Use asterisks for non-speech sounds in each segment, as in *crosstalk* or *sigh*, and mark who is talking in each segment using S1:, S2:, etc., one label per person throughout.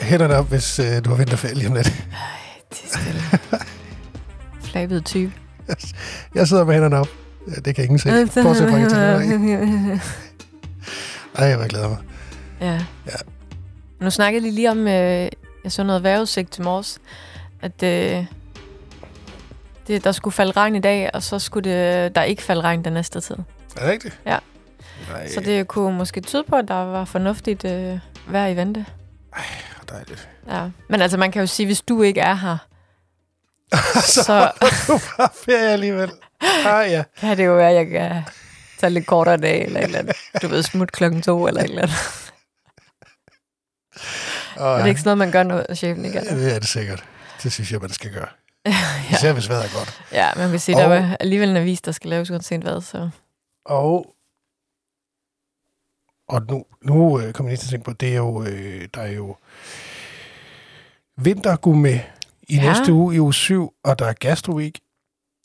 S1: hænderne op, hvis øh, du har vinterferie lige om lidt.
S2: Det *laughs* skal Flabede type.
S1: Jeg sidder med hænderne op. Ja, det kan ingen se. Bortset fra ikke Ej, jeg glæder mig.
S2: ja.
S1: Ja.
S2: Nu snakkede de lige om, øh, jeg så noget vejrudsigt til morges, at øh, det, der skulle falde regn i dag, og så skulle det, der ikke falde regn den næste tid.
S1: Er det rigtigt?
S2: Ja.
S1: Nej,
S2: Så det kunne måske tyde på, at der var fornuftigt øh, vejr i vente.
S1: hvor dejligt. *laughs*
S2: Ja. Men altså, man kan jo sige, hvis du ikke er her, så
S1: Du var Ah, ferie alligevel. Ej, ja.
S2: kan det jo være, at jeg kan tage lidt kortere dag, eller et eller andet. Du ved, smut klokken to, eller et eller andet.
S1: Og,
S2: Er det ikke sådan noget, man gør, når chefen ikke er
S1: Ja,
S2: der?
S1: det er det sikkert. Det synes jeg, man skal
S2: *laughs*
S1: gøre. Især hvis vejret er godt.
S2: Ja, man kan sige,
S1: Og-
S2: der var alligevel en avis, der skal laves uanset hvad, så...
S1: Og, og nu, nu øh, kommer jeg lige til at tænke på, det er jo, øh, der er jo vintergourmet i
S2: Ja.
S1: ja. næste uge i uge 7, og der er Gastro Week,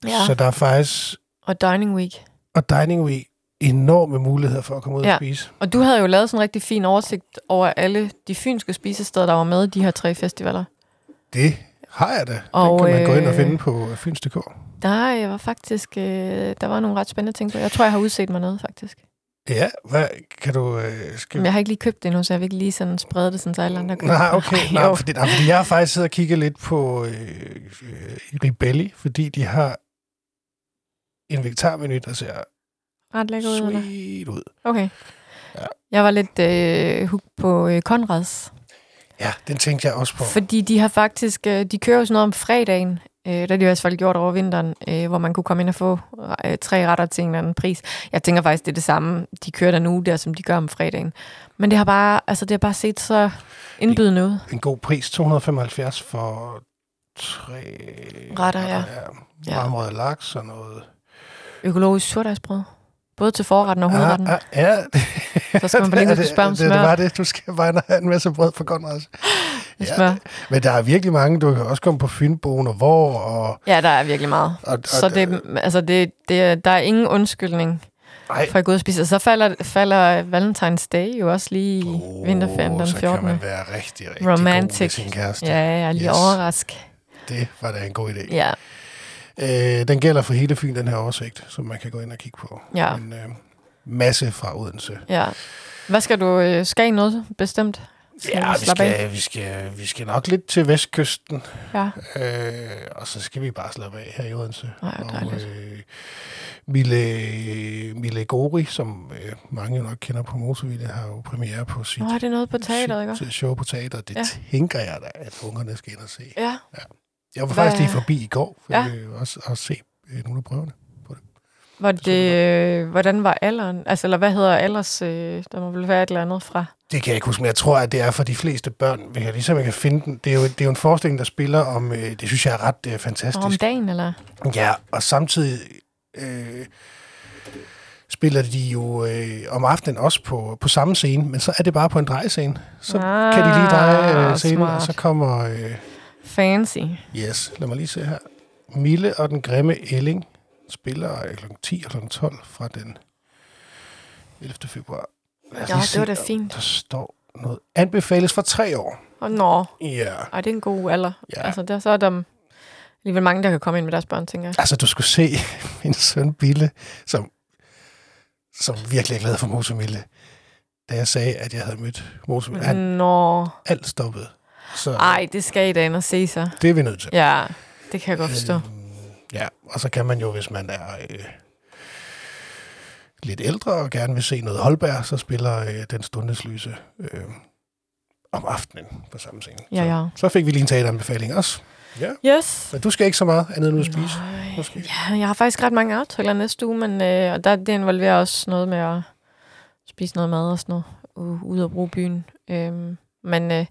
S1: ja.
S2: Ja,
S1: så der er faktisk,
S2: og Dining Week.
S1: og Dining Week, enorme muligheder for at komme ud ja.
S2: Ja.
S1: og spise.
S2: Og du havde jo lavet sådan en rigtig fin oversigt over alle de fynske spisesteder, der var med i de her tre festivaler.
S1: Det har jeg da. Og,
S2: Og,
S1: Den kan man gå ind og
S2: øh,
S1: finde på øh, fyns.dk.
S2: Der øh, var faktisk øh, der var nogle ret spændende ting på. Jeg tror, jeg har udset mig noget, faktisk.
S1: Ja, hvad kan du... Øh, skal...
S2: Men jeg har ikke lige købt det endnu, så jeg vil ikke lige sådan sprede det, sådan, så alle andre kan
S1: Nej,
S2: *laughs*
S1: okay. Nej,
S2: jo.
S1: fordi, nej, fordi jeg har faktisk siddet og kigget lidt på øh, øh, Ribelli, fordi de har en vegetarmenu, der ser
S2: Ret lækker ud, eller?
S1: sweet ud.
S2: Okay.
S1: Ja.
S2: Jeg var lidt øh, hooked på øh, Konrads.
S1: Ja, den tænkte jeg også på.
S2: Fordi de har faktisk, øh, de kører jo sådan noget om fredagen, øh, der er de i hvert fald gjort over vinteren, øh, hvor man kunne komme ind og få øh, tre retter til en eller anden pris. Jeg tænker faktisk, det er det samme, de kører der nu der, som de gør om fredagen. Men det har bare, altså det har bare set så indbydende ud.
S1: En god pris, 275 for tre
S2: Retter, ja.
S1: ja.
S2: Ja.
S1: Marmorede laks og noget.
S2: Økologisk surdejsbrød. Både til forretten og hovedretten.
S1: Ah, ah, ja, det,
S2: *laughs* Så
S1: *laughs*
S2: skal man bare lige
S1: det,
S2: huske at spørge om
S1: det, det, det
S2: smør.
S1: var det. Du skal bare have en masse brød for Conrads. ja.
S2: smør.
S1: Men der er virkelig mange. Du kan også komme på Fynboen og hvor. Og,
S2: Ja, der er virkelig meget.
S1: og, og,
S2: Så det, altså det, det, er- der er ingen undskyldning
S1: Ej.
S2: for at gå ud og spise. Og så falder, falder Valentine's Day jo også lige i
S1: Åh,
S2: vinterferien den
S1: så
S2: 14.
S1: kan man være rigtig, rigtig god med
S2: Romantic.
S1: sin kæreste.
S2: Ja, ja, lige
S1: Yes.
S2: yes. overrask.
S1: Det var da en god idé.
S2: Ja,
S1: Øh, den gælder for hele Fyn, den her oversigt, som man kan gå ind og kigge på.
S2: ja,
S1: En øh, masse fra Odense.
S2: ja. Hvad skal du? øh, Skal I noget bestemt? Skal
S1: Ja, vi
S2: slappe
S1: skal, vi, skal, vi skal nok lidt til vestkysten,
S2: Ja,
S1: øh, og så skal vi bare slappe af her i Odense.
S2: Ej, hvor dejligt.
S1: og, øh, Mille, Mille Gori, som øh, mange jo nok kender på Motorville, har jo premiere på sit,
S2: nu har det noget på teateret, ikke? også?
S1: sit show på teater. Det
S2: Ja.
S1: tænker jeg da, at ungerne skal ind og se.
S2: Ja,
S1: Jeg var
S2: Hvad-
S1: faktisk lige forbi i går, for
S2: Ja.
S1: ja. øh, også at se øh, nogle af prøverne.
S2: var det, øh, hvordan var alderen? Altså, eller hvad hedder alders? Øh, der må vel være et eller andet fra.
S1: Det kan jeg ikke huske, men jeg tror, at det er for de fleste børn, hvis jeg ligesom jeg kan finde den. Det er, jo, det er jo en forestilling, der spiller om, øh, det synes jeg er ret øh,
S2: Nå, om
S1: fantastisk.
S2: dagen, eller?
S1: Ja, og samtidig øh, spiller de jo øh, om aftenen også på, på samme scene, men så er det bare på en drejescene. Så
S2: Ah,
S1: kan de lige dreje øh, scenen, og
S2: smart.
S1: så kommer... Øh,
S2: Fancy.
S1: yes, lad mig lige se her. Mille og den grimme Elling spiller øh, kl. 10 og kl. 12 fra den 11. februar. Lad os
S2: Ja,
S1: lige
S2: det
S1: se,
S2: var da
S1: om
S2: fint.
S1: Der står noget. Anbefales for tre år.
S2: Og nå,
S1: Ja. Yeah.
S2: ej, det er en god alder.
S1: Ja.
S2: Ja. Altså, der, så er der alligevel mange, der kan komme ind med deres børn, tænker jeg.
S1: Altså, du skulle se *laughs* min søn Bille, som, som virkelig er glad for Motormille, da jeg sagde, at jeg havde mødt Motormille. Han
S2: Nå,
S1: alt stoppede. Så Ej.
S2: Mm. ej, det skal I da ind og se sig.
S1: det er vi nødt til.
S2: Ja, det kan jeg godt forstå.
S1: Øhm, ja, og så kan man jo, hvis man er øh, lidt ældre og gerne vil se noget Holberg, så spiller øh, Den Stundeslyse øh, om aftenen på samme scene.
S2: Ja, ja.
S1: Så, så fik vi lige en teateranbefaling også.
S2: Yes.
S1: Men du skal ikke så meget andet end
S2: Mm.
S1: at spise.
S2: Nej.
S1: måske?
S2: Ja, jeg har faktisk ret mange aftaler næste uge, men øh, og der, det involverer også noget med at spise noget mad og sådan noget, u- ude og bruge byen. Øhm, men øh,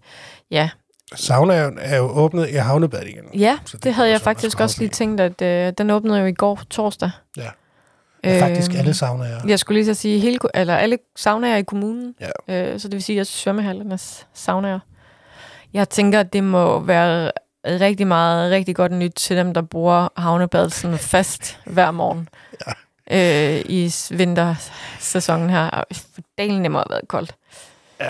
S2: ja,
S1: Saunaen er jo åbnet i havnebadet igen.
S2: ja
S1: Så det
S2: det,
S1: kan
S2: det havde
S1: man
S2: jeg
S1: så også
S2: faktisk
S1: grave
S2: også lige
S1: i.
S2: tænkt, at øh, den åbnede jo i går torsdag. Øhm,
S1: Ja. Øh, faktisk alle saunaer.
S2: Jeg skulle lige så sige, hele, ko- eller alle saunaer i kommunen,
S1: Ja.
S2: øh, så det vil sige, at svømmehallernes saunaer. Jeg tænker, at det må være rigtig meget, rigtig godt nyt til dem, der bruger havnebadet sådan fast hver morgen ja. øh, i s- vintersæsonen her. Og for dalen det må have været koldt.
S1: Ja.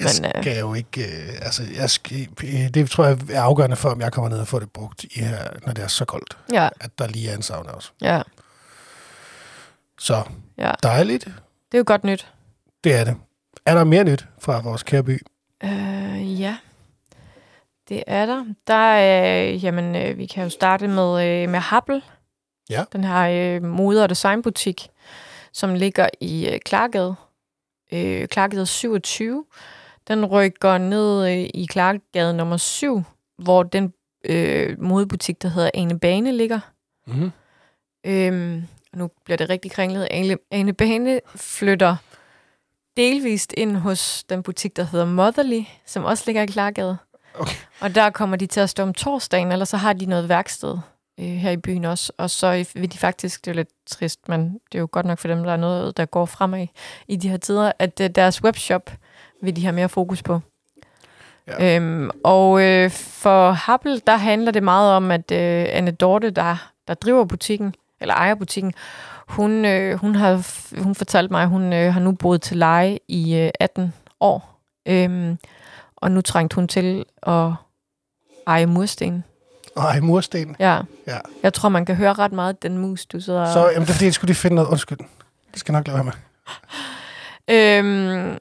S1: Jeg
S2: Men, øh,
S1: skal jo ikke... Øh, altså, jeg skal, øh, det tror jeg er afgørende for, om jeg kommer ned og får det brugt, i her, når det er så koldt,
S2: ja,
S1: at der lige er en sauna også.
S2: ja,
S1: Så
S2: ja.
S1: dejligt.
S2: Det er jo godt nyt.
S1: Det er det. Er der mere nyt fra vores kære by?
S2: Øh, ja, det er der. Der er, øh, jamen, øh, vi kan jo starte med, øh, med Happel.
S1: Ja.
S2: Den her øh, mode- og designbutik, som ligger i øh, Klargade. Øh, Klargade 27. Den rykker ned øh, i Klargade nummer 7, hvor den øh, modebutik, der hedder Ane Bane, ligger.
S1: Mm-hmm.
S2: Øhm, og nu bliver det rigtig kringlet. Ane, Ane Bane flytter delvist ind hos den butik, der hedder Motherly, som også ligger i Klargade.
S1: Okay.
S2: Og der kommer de til at stå om torsdagen, eller så har de noget værksted øh, her i byen også. Og så i- vil de faktisk, det er jo lidt trist, men det er jo godt nok for dem, der er noget, der går fremad i de her tider, at øh, deres webshop vil de have mere fokus på.
S1: Ja.
S2: Øhm, og øh, for Happel, der handler det meget om, at øh, Anne Dorte, der, der driver butikken, eller ejer butikken, hun, øh, hun, har, f- hun fortalte mig, at hun øh, har nu boet til leje i øh, 18 år. Øhm, og nu trængte hun til at eje mursten.
S1: Ej, mursten.
S2: Ja.
S1: Ja.
S2: Jeg tror, man kan høre ret meget af den mus, du sidder
S1: Så
S2: og...
S1: jamen, det er fordi, jeg skulle lige finde noget. Undskyld. Det skal jeg nok lade være med.
S2: Øhm,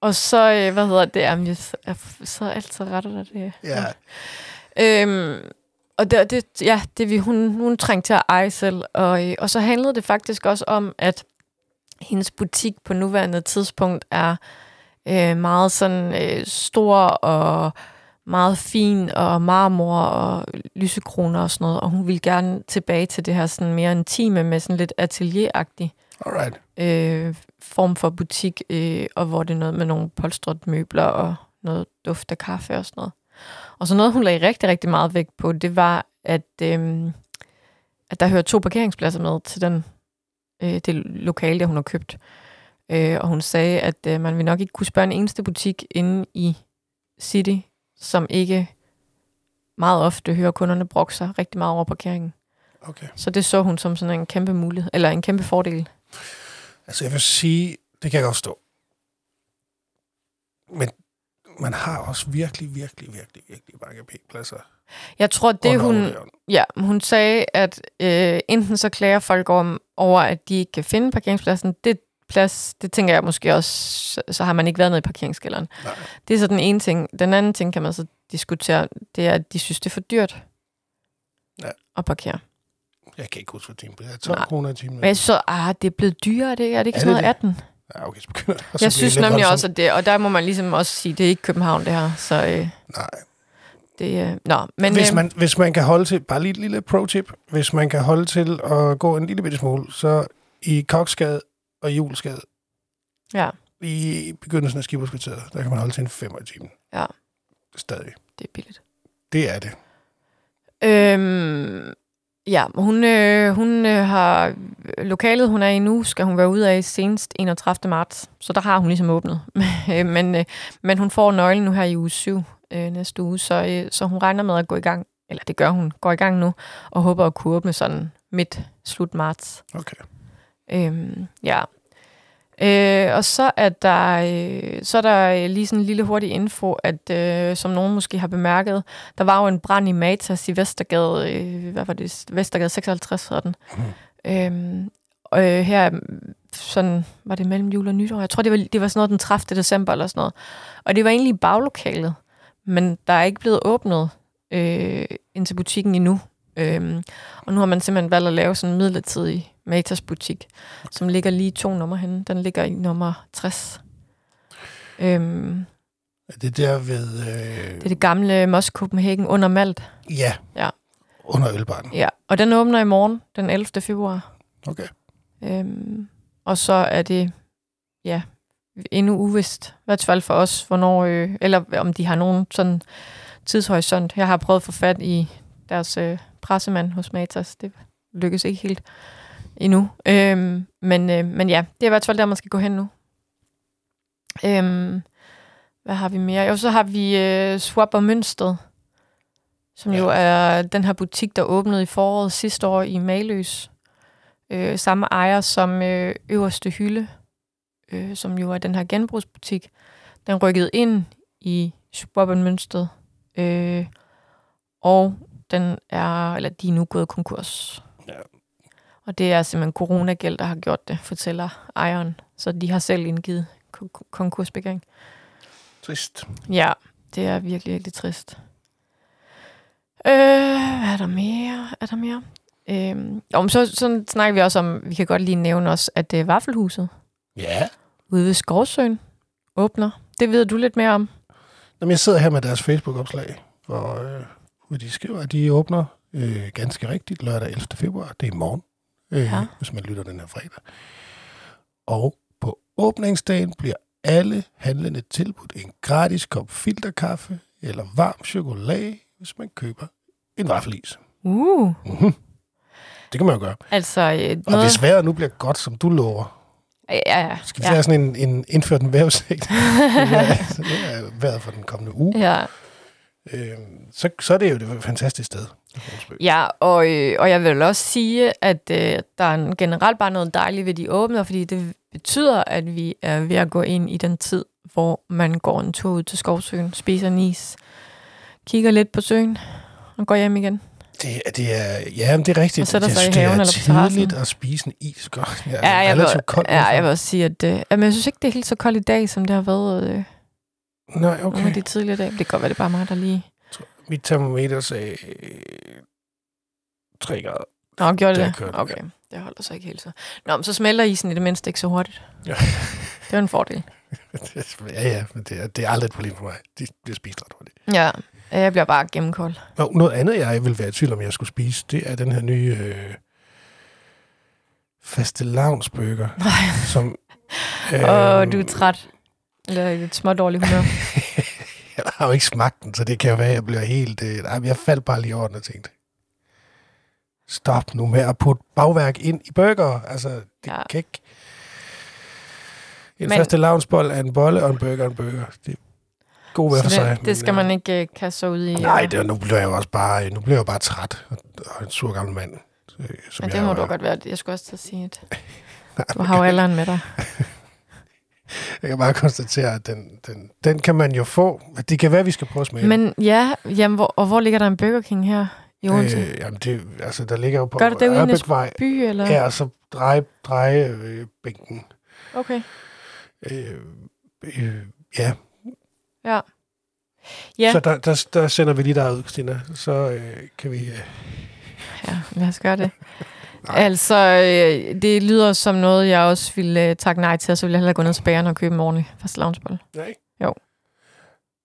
S2: og så, øh, hvad hedder det? Jamen, jeg s- jeg f- sidder altid og retter dig det.
S1: Ja.
S2: Øhm, og det, det, ja, det vi, hun, hun trængte til at eje selv. Og, øh, og så handlede det faktisk også om, at hendes butik på nuværende tidspunkt er øh, meget sådan øh, stor og meget fin og marmor og lysekroner og sådan noget. Og hun ville gerne tilbage til det her sådan mere intime med sådan lidt atelieragtig
S1: Alright.
S2: øh, form for butik, øh, og hvor det er noget med nogle polstret møbler og noget duft af kaffe og sådan noget. Og så noget, hun lagde rigtig, rigtig meget vægt på, det var, at, øh, at der hører to parkeringspladser med til den, øh, det lokale, der hun har købt. Øh, og hun sagde, at øh, man vil nok ikke kunne spørge en eneste butik inde i City, som ikke meget ofte hører kunderne brokke sig rigtig meget over parkeringen.
S1: Okay.
S2: Så det så hun som sådan en kæmpe mulighed, eller en kæmpe fordel.
S1: Altså, jeg vil sige, det kan jeg godt forstå. Men man har også virkelig, virkelig, virkelig, virkelig mange p-pladser.
S2: Jeg tror, det
S1: under
S2: hun,
S1: overleven.
S2: Ja, men hun sagde, at øh, enten så klager folk om, over, at de ikke kan finde parkeringspladsen. Det plads, det tænker jeg måske også, så, så har man ikke været nede i parkeringskælderen.
S1: Nej.
S2: Det er så den ene ting. Den anden ting kan man så diskutere, det er, at de synes, det er for dyrt
S1: Ja.
S2: at parkere.
S1: Jeg kan ikke huske, hvad timen bliver. Det er 12
S2: Nej.
S1: kroner i timen.
S2: Men jeg synes så, ah, det er blevet dyrere, er det ikke? Er det ikke
S1: Er
S2: sådan
S1: det
S2: noget 18? Det?
S1: Ja, okay, så begynder det. Og så
S2: Jeg
S1: bliver
S2: synes
S1: det lidt
S2: nemlig også,
S1: voldsomt.
S2: at det, og der må man ligesom også sige, det er ikke København, det her. Så øh,
S1: Nej.
S2: det, øh, nå, men
S1: hvis,
S2: øh,
S1: man, hvis man kan holde til, bare lige et lille pro-tip, hvis man kan holde til at gå en lille bitte smule, så i Koksgade og Julesgade,
S2: Ja.
S1: i begyndelsen af Skiberskvarteret, der kan man holde til en femmer i timen.
S2: Ja.
S1: Stadig.
S2: det er billigt.
S1: Det er det.
S2: Øhm, ja, hun, øh, hun øh, har lokalet, hun er i nu, skal hun være ude af senest 31. marts. Så der har hun ligesom åbnet. *laughs* men, øh, men hun får nøglen nu her i uge 7 øh, næste uge, så, øh, så hun regner med at gå i gang. Eller det gør hun, går i gang nu, og håber at kunne åbne sådan midt, slut marts.
S1: Okay.
S2: Øhm, ja. Øh, og så er der øh, så er der øh, lige sådan en lille hurtig info, at øh, som nogen måske har bemærket, der var jo en brand i Matas i Vestergade, øh, hvad var det, Vestergade 56 hedder den.
S1: Mm.
S2: Øhm, og øh, her mm, sådan, var det mellem jul og nytår? Jeg tror, det var, det var sådan noget den 30. december eller sådan noget. Og det var egentlig i baglokalet, men der er ikke blevet åbnet øh, ind til butikken endnu. Øhm, og nu har man simpelthen valgt at lave sådan en midlertidig Matas butik, som ligger lige to nummer henne. Den ligger i nummer 60. Øhm,
S1: Er det der ved... Øh,
S2: det er det gamle Moss Copenhagen under Malt.
S1: Ja.
S2: Ja.
S1: Under ølbaren.
S2: Ja, og den åbner i morgen, den 11. februar.
S1: Okay.
S2: Øhm, og så er det, ja, endnu uvist, i hvert fald for os, hvornår, øh, eller om de har nogen sådan tidshorisont. Jeg har prøvet at få fat i deres øh, pressemand hos Matas. Det lykkes ikke helt endnu. Øhm, men, øh, men ja, det er i hvert fald der, man skal gå hen nu. Øhm, hvad har vi mere? Jo, så har vi øh, Swap og Mønsted, som ja. jo er den her butik, der åbnede i foråret sidste år i Maløs. Øh, samme ejer som øh, Øverste Hylde, øh, som jo er den her genbrugsbutik, Den rykkede ind i suburbanmønstret, øh, og den er, eller de er nu gået konkurs.
S1: Ja.
S2: Og det er simpelthen coronagæld, der har gjort det, fortæller ejeren. Så de har selv indgivet kon- kon- konkursbegæring.
S1: Trist.
S2: Ja, det er virkelig, virkelig trist. Øh, hvad er der mere? Er der mere? Øh, om så sådan snakker vi også om, vi kan godt lige nævne også, at øh, Vaffelhuset
S1: Ja.
S2: ude ved Skovsøen åbner. Det ved du lidt mere om.
S1: Jamen, jeg sidder her med deres Facebook-opslag, hvor, øh, hvor de skriver, at de åbner øh, ganske rigtigt lørdag 11. februar. Det er i morgen, øh,
S2: Ja.
S1: ja. hvis man lytter den her fredag. Og på åbningsdagen bliver alle handlende tilbudt en gratis kop filterkaffe eller varm chokolade, hvis man køber en vaffelis.
S2: Uh,
S1: Mm-hmm. Det kan man jo gøre.
S2: altså øh,
S1: Og
S2: noget...
S1: hvis vejret nu bliver godt, som du lover,
S2: Ja, ja,
S1: skal vi ja.
S2: ja.
S1: tage sådan en, en indført en *laughs* vejrudsigt. Ja, så det er vejret for den kommende uge.
S2: ja.
S1: Øh, så, så er det jo et fantastisk sted. Hornsby.
S2: Ja, og, øh, og jeg vil også sige, at øh, der er en- generelt bare noget dejligt ved de åbner, fordi det betyder, at vi er ved at gå ind i den tid, hvor man går en tur ud til Skovsøen, spiser en is, kigger lidt på søen og går hjem igen.
S1: Det, er- det er, ja, men det er rigtigt.
S2: Og sætter
S1: Jeg
S2: sig i
S1: synes, det er
S2: haven eller på terrassen.
S1: tidligt at spise en is. Godt. Ja,
S2: Ja, jeg vil,
S1: relativt koldt.
S2: ja, jeg vil også sige, at øh, jamen, jeg synes ikke, det er helt så koldt i dag, som det har været øh,
S1: Nej,
S2: nogle af
S1: okay.
S2: de tidligere dage. Det kan godt være, det er bare mig, der lige...
S1: Mit termometer sagde øh, 3 grader. *laughs*
S2: Nå, gjorde
S1: Der
S2: det
S1: kører
S2: det?
S1: den,
S2: Okay, det holder så ikke helt så. Nå, men så smelter isen i det mindste ikke så hurtigt.
S1: Ja.
S2: Det er jo en fordel.
S1: ja, ja, men det er, det er aldrig et problem for mig. De bliver spist ret hurtigt.
S2: Ja, jeg bliver bare gennemkold.
S1: Nå, noget andet, jeg ville være i tvivl om, jeg skulle spise, det er den her nye øh, faste lavnsbøger, som...
S2: Åh,
S1: øhm, Uh,
S2: du er træt. Eller i et småt dårligt humør.
S1: *laughs* Jeg har jo ikke smagt den, så det kan jo være, at jeg bliver helt... Øh, nej, men jeg faldt bare lige over den og tænkte, stop nu med at putte bagværk ind i burger. Altså, det
S2: Ja.
S1: ja. kan ikke... En
S2: Men-
S1: men... faste lavnsbold er en bolle, og en burger er en burger. Det er god hver for
S2: Så
S1: sig.
S2: det, det skal man ikke øh, kaste sig ud i.
S1: Nej, det, nu bliver jeg jo også bare, øh, nu bliver jeg jo bare træt og, og en sur gammel mand. øh, Som
S2: Men
S1: jeg
S2: det må
S1: jo
S2: du
S1: er.
S2: godt være. Jeg skulle også til at sige, at
S1: *laughs*
S2: du har jo alderen med dig.
S1: Jeg kan bare konstatere, at den, den, den kan man jo få. Det kan være, at vi skal prøve at smage den.
S2: Men ja, jamen, hvor, og hvor ligger der en Burger King her i Odense? Øh,
S1: øh, jamen det, altså, der ligger jo på
S2: Gør det derude i
S1: Ørbækvej.
S2: By eller?
S1: Ja, og så dreje, dreje øh, bænken.
S2: Okay.
S1: Øh, øh, ja.
S2: Ja.
S1: ja,
S2: Ja,
S1: så der, der, der sender vi lige dig ud, Christina. Så øh, kan vi... Øh,
S2: ja, lad os gøre det.
S1: *laughs* Nej.
S2: altså, øh, det lyder som noget, jeg også ville øh, takke nej til, og så ville jeg hellere gå ned til bageren og købe en ordentlig fast loungebolle.
S1: nej.
S2: Jo.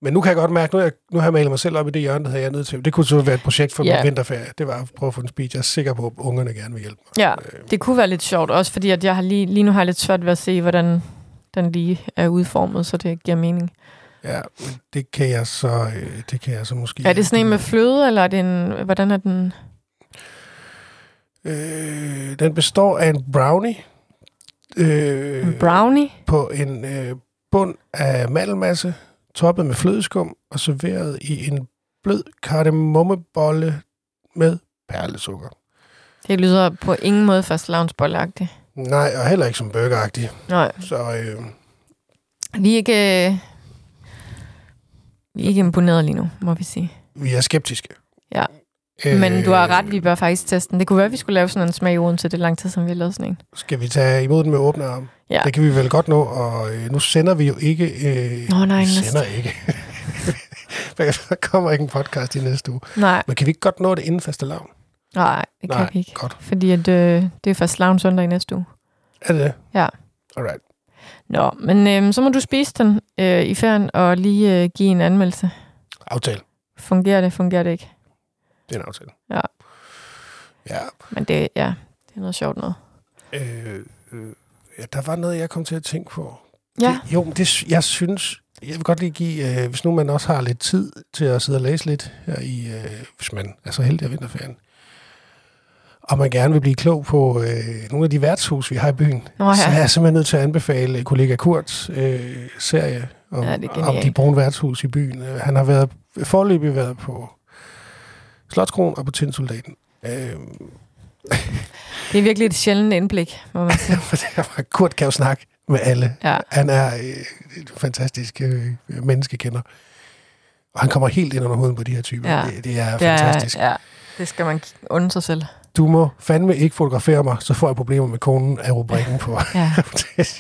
S1: Men nu kan jeg godt mærke, nu har jeg, nu har jeg malet mig selv op i det hjørne, der havde jeg er nødt til. Det kunne så være et projekt for
S2: Ja.
S1: yeah. min vinterferie. Det var at prøve at få en speech. Jeg er sikker på, at ungerne gerne vil hjælpe mig.
S2: Ja,
S1: Øh,
S2: det kunne være lidt sjovt, også fordi at jeg har lige, lige nu har jeg lidt svært ved at se, hvordan den lige er udformet, så det giver mening.
S1: ja, men det kan jeg så, øh, det kan jeg så måske...
S2: Er det sådan en med fløde, eller er det en, hvordan er den?
S1: Øh, den består af en brownie. Øh,
S2: En brownie?
S1: på en øh, bund af mandelmasse, toppet med flødeskum og serveret i en blød kardemommebolle med perlesukker.
S2: Det lyder på ingen måde fast loungebollagtigt.
S1: Nej, og heller ikke som burgeragtig.
S2: Nej,
S1: Så øh,
S2: vi er ikke, øh, vi er ikke imponeret lige nu, må vi sige.
S1: vi er skeptiske. Øh,
S2: Ja. Men du har ret, vi bør faktisk teste den. Det kunne være, at vi skulle lave sådan en smag i Odense, det er lang tid, som vi har lavet sådan en.
S1: Skal vi tage imod den med åbne arme?
S2: Ja.
S1: Det kan vi vel godt nå, og øh, nu sender vi jo ikke... Øh,
S2: Nå, nej,
S1: vi
S2: næste-
S1: sender ikke. *laughs* Der kommer ikke en podcast i næste uge.
S2: Nej,
S1: Men kan vi ikke godt nå det inden faste lavn?
S2: nej, det kan
S1: Nej,
S2: vi ikke.
S1: godt.
S2: Fordi at, øh, det er fast lounge søndag i næste uge.
S1: Er det det?
S2: Ja.
S1: Alright.
S2: Nå, men øh, så må du spise den øh, i ferien og lige øh, give en anmeldelse.
S1: Aftale.
S2: Fungerer det, fungerer det ikke?
S1: Det er en aftale.
S2: Ja.
S1: Ja,
S2: Men det, ja, det er noget sjovt noget.
S1: Øh, øh, ja, der var noget, jeg kom til at tænke på.
S2: Ja,
S1: Det, jo, men det, sy- jeg synes, jeg vil godt lige give, øh, hvis nu man også har lidt tid til at sidde og læse lidt her i, øh, hvis man er så heldig af vinterferien, og man gerne vil blive klog på øh, nogle af de værtshus, vi har i byen,
S2: Nå ja.
S1: så er jeg simpelthen nødt til at anbefale kollega Kurts øh, serie om,
S2: Ja, det er
S1: om
S2: genialt.
S1: de brune værtshus i byen. Øh, Han har været forløbig været på Slotskron og på Tinsoldaten. Øh, *laughs*
S2: det er virkelig et sjældent indblik, må man sige.
S1: Kurt kan jo snakke med alle.
S2: Ja.
S1: Han er øh, en fantastisk øh, menneskekender. Og han kommer helt ind under huden på de her typer.
S2: Ja.
S1: Det, det er fantastisk.
S2: Ja, ja. Det skal man k- undre sig selv.
S1: Du må fandme ikke fotografere mig, så får jeg problemer med konen af rubrikken på *laughs*
S2: Ja.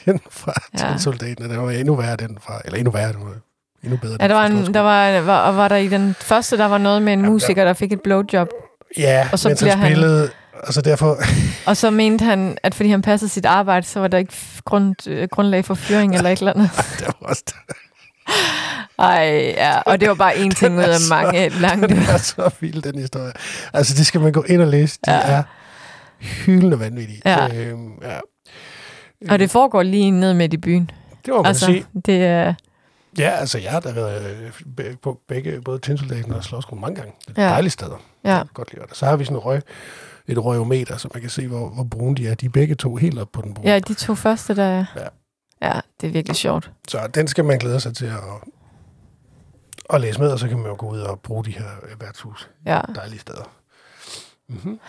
S1: den fra
S2: *laughs* Ja.
S1: ja. soldaten. Den var endnu værre, den fra... Eller endnu værre, den var endnu bedre.
S2: Ja,
S1: den
S2: der var,
S1: fra
S2: en,
S1: Slotskolen.
S2: der var, var, og var der i den første, der var noget med en
S1: Jamen,
S2: musiker, der fik et blowjob.
S1: Ja,
S2: og så
S1: så mens
S2: bliver
S1: han
S2: han-
S1: spillede... Og så derfor... *laughs*
S2: Og så mente han, at fordi han passede sit arbejde, så var der ikke f- grund, øh, grundlag for fyring eller et
S1: *laughs*
S2: eller andet.
S1: der var også,
S2: Ej, ja. Og det var
S1: *laughs*
S2: bare en ting ud
S1: er
S2: af
S1: så-
S2: mange
S1: *laughs*
S2: langt.
S1: den er så vild, den historie. Altså, det skal man gå ind og læse. De
S2: Ja.
S1: ja. er hyldende vanvittige.
S2: Ja.
S1: Øhm, ja.
S2: Og det foregår lige ned midt i byen.
S1: Det må man altså.
S2: Altså,
S1: sige.
S2: det er...
S1: Ja, altså, jeg har da været øh, be- på begge, både tændsoldaten og slåsskolen mange gange. Det er
S2: Ja.
S1: ja. dejlige steder.
S2: Ja,
S1: Godt lide det. Så har vi sådan en røg, et røgometer, så man kan se, hvor, hvor brune de er. De er begge to helt op på den brune.
S2: ja de to første, der...
S1: Ja.
S2: Ja, det er virkelig sjovt.
S1: Så den skal man glæde sig til at, at læse med, og så kan man jo gå ud og bruge de her øh, værtshus.
S2: Ja.
S1: Dejlige steder. Mm-hmm.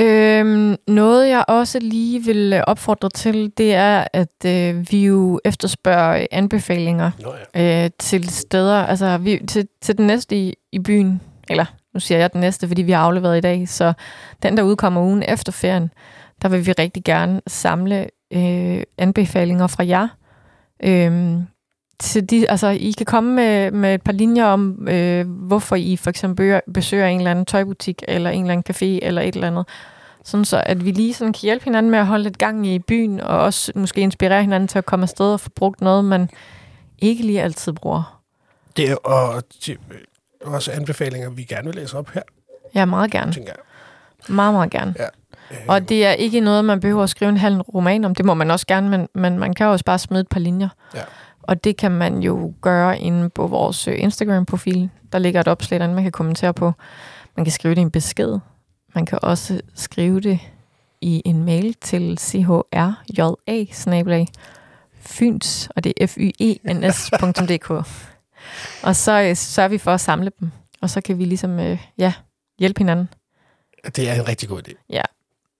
S2: Øhm, noget, jeg også lige vil øh, opfordre til, det er, at øh, vi jo efterspørger øh, anbefalinger
S1: Nå ja.
S2: øh, til steder, altså vi, til, til den næste i, i byen, eller nu siger jeg den næste, fordi vi har afleveret i dag, så den, der udkommer ugen efter ferien, der vil vi rigtig gerne samle øh, anbefalinger fra jer. Øhm, til de, altså, I kan komme med, med et par linjer om, øh, hvorfor I for eksempel bøger- besøger en eller anden tøjbutik, eller en eller anden café, eller et eller andet. Sådan så, at vi lige sådan kan hjælpe hinanden med at holde lidt gang i byen, og også måske inspirere hinanden til at komme afsted og få brugt noget, man ikke lige altid bruger.
S1: Det er og til, øh, også anbefalinger, vi gerne vil læse op her,
S2: Ja, meget gerne.
S1: tænker jeg.
S2: Meget, meget gerne.
S1: Øh,
S2: Mm. Og det er ikke noget, man behøver at skrive en halv roman om. Det må man også gerne, men, men man kan også bare smide et par linjer.
S1: Ja.
S2: Og det kan man jo gøre inde på vores øh, Instagram-profil. Der ligger et opslag, derinde, man kan kommentere på. Man kan skrive det i en besked. Man kan også skrive det i en mail til chrja fyns, og det er f y e n -S.dk. og så øh, sørger vi for at samle dem, og så kan vi ligesom øh, ja, hjælpe hinanden.
S1: det er en rigtig god idé.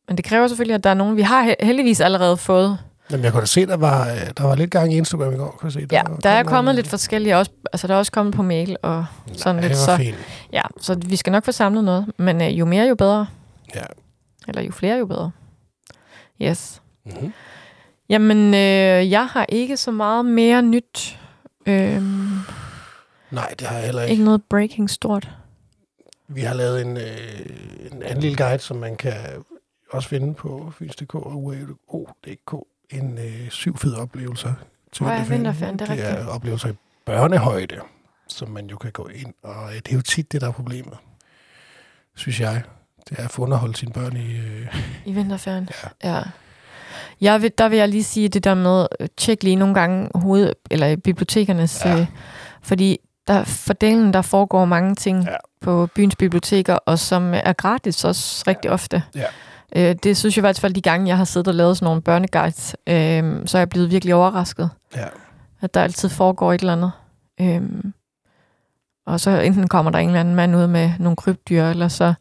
S2: Men det kræver selvfølgelig, at der er nogen. Vi har he- heldigvis allerede fået.
S1: Jamen, jeg kunne da se, der var, øh, der var lidt gang i Instagram i går. Kunne jeg se, der,
S2: Ja,
S1: var-
S2: der er
S1: kom
S2: kommet
S1: nogle-
S2: lidt forskellige. Også, altså, der er også kommet på mail. Og, sådan
S1: Nej,
S2: lidt,
S1: det var
S2: så-
S1: fint.
S2: ja, så vi skal nok få samlet noget. Men øh, jo mere, jo bedre.
S1: Ja.
S2: Eller jo flere, jo bedre. Yes.
S1: Mm-hmm.
S2: Jamen, øh, jeg har ikke så meget mere nyt. Øhm,
S1: Nej, det har jeg heller ikke.
S2: ikke noget breaking stort.
S1: Vi har lavet en, øh, en anden lille guide, som man kan også finde på fyns.dk og uao.dk. En øh, syv fede oplevelser til
S2: Åh ja, vinterferien, det er
S1: det er
S2: rigtigt.
S1: oplevelser i børnehøjde, som man jo kan gå ind. Og øh, det er jo tit det, der er problemet, synes jeg. Det er at få underholdt sine børn i... Øh, *laughs*
S2: I vinterferien.
S1: ja.
S2: Ja. Jeg vil, der vil jeg lige sige det der med, øh, tjek lige nogle gange hoved, eller bibliotekernes, ja.
S1: Ja.
S2: øh, fordi der, for delen, der foregår mange ting ja.
S1: Ja.
S2: på byens biblioteker, og som øh, er gratis også rigtig ja. ofte.
S1: Ja.
S2: Øh, det synes jeg i hvert fald, de gange, jeg har siddet og lavet sådan nogle børneguides, øh, så er jeg blevet virkelig overrasket,
S1: ja.
S2: at der altid foregår et eller andet. Øh, og så enten kommer der en eller anden mand ud med nogle krybdyr, eller så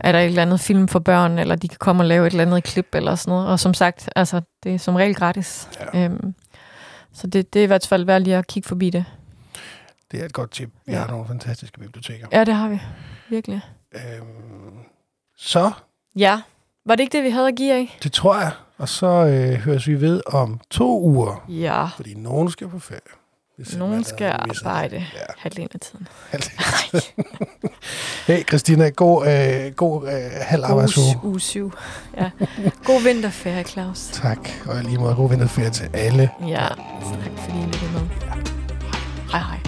S2: er der et eller andet film for børn, eller de kan komme og lave et eller andet klip eller sådan noget. Og som sagt, altså, det er som regel gratis.
S1: Ja.
S2: Øhm, så det, det er i hvert fald værd lige at kigge forbi det.
S1: Det er et godt tip. Vi
S2: Ja.
S1: har nogle fantastiske biblioteker.
S2: Ja, det har vi. Virkelig.
S1: Øhm, så,
S2: Ja. Var det ikke det, vi havde at give af?
S1: det tror jeg. Og så øh, høres vi ved om to uger.
S2: Ja.
S1: Fordi nogen skal på ferie. Det er simpelthen
S2: Nogen skal
S1: allerede misset.
S2: arbejde
S1: Ja,
S2: halvdelen af tiden.
S1: halvdelen. *laughs* hey Christina, god, øh, god øh, halv arbejdsuge.
S2: Uge, uge syv. Ja. God vinterferie, Claus.
S1: Tak, og i lige måde god vinterferie til alle.
S2: Ja, tak fordi I lyttede med. Hej hej.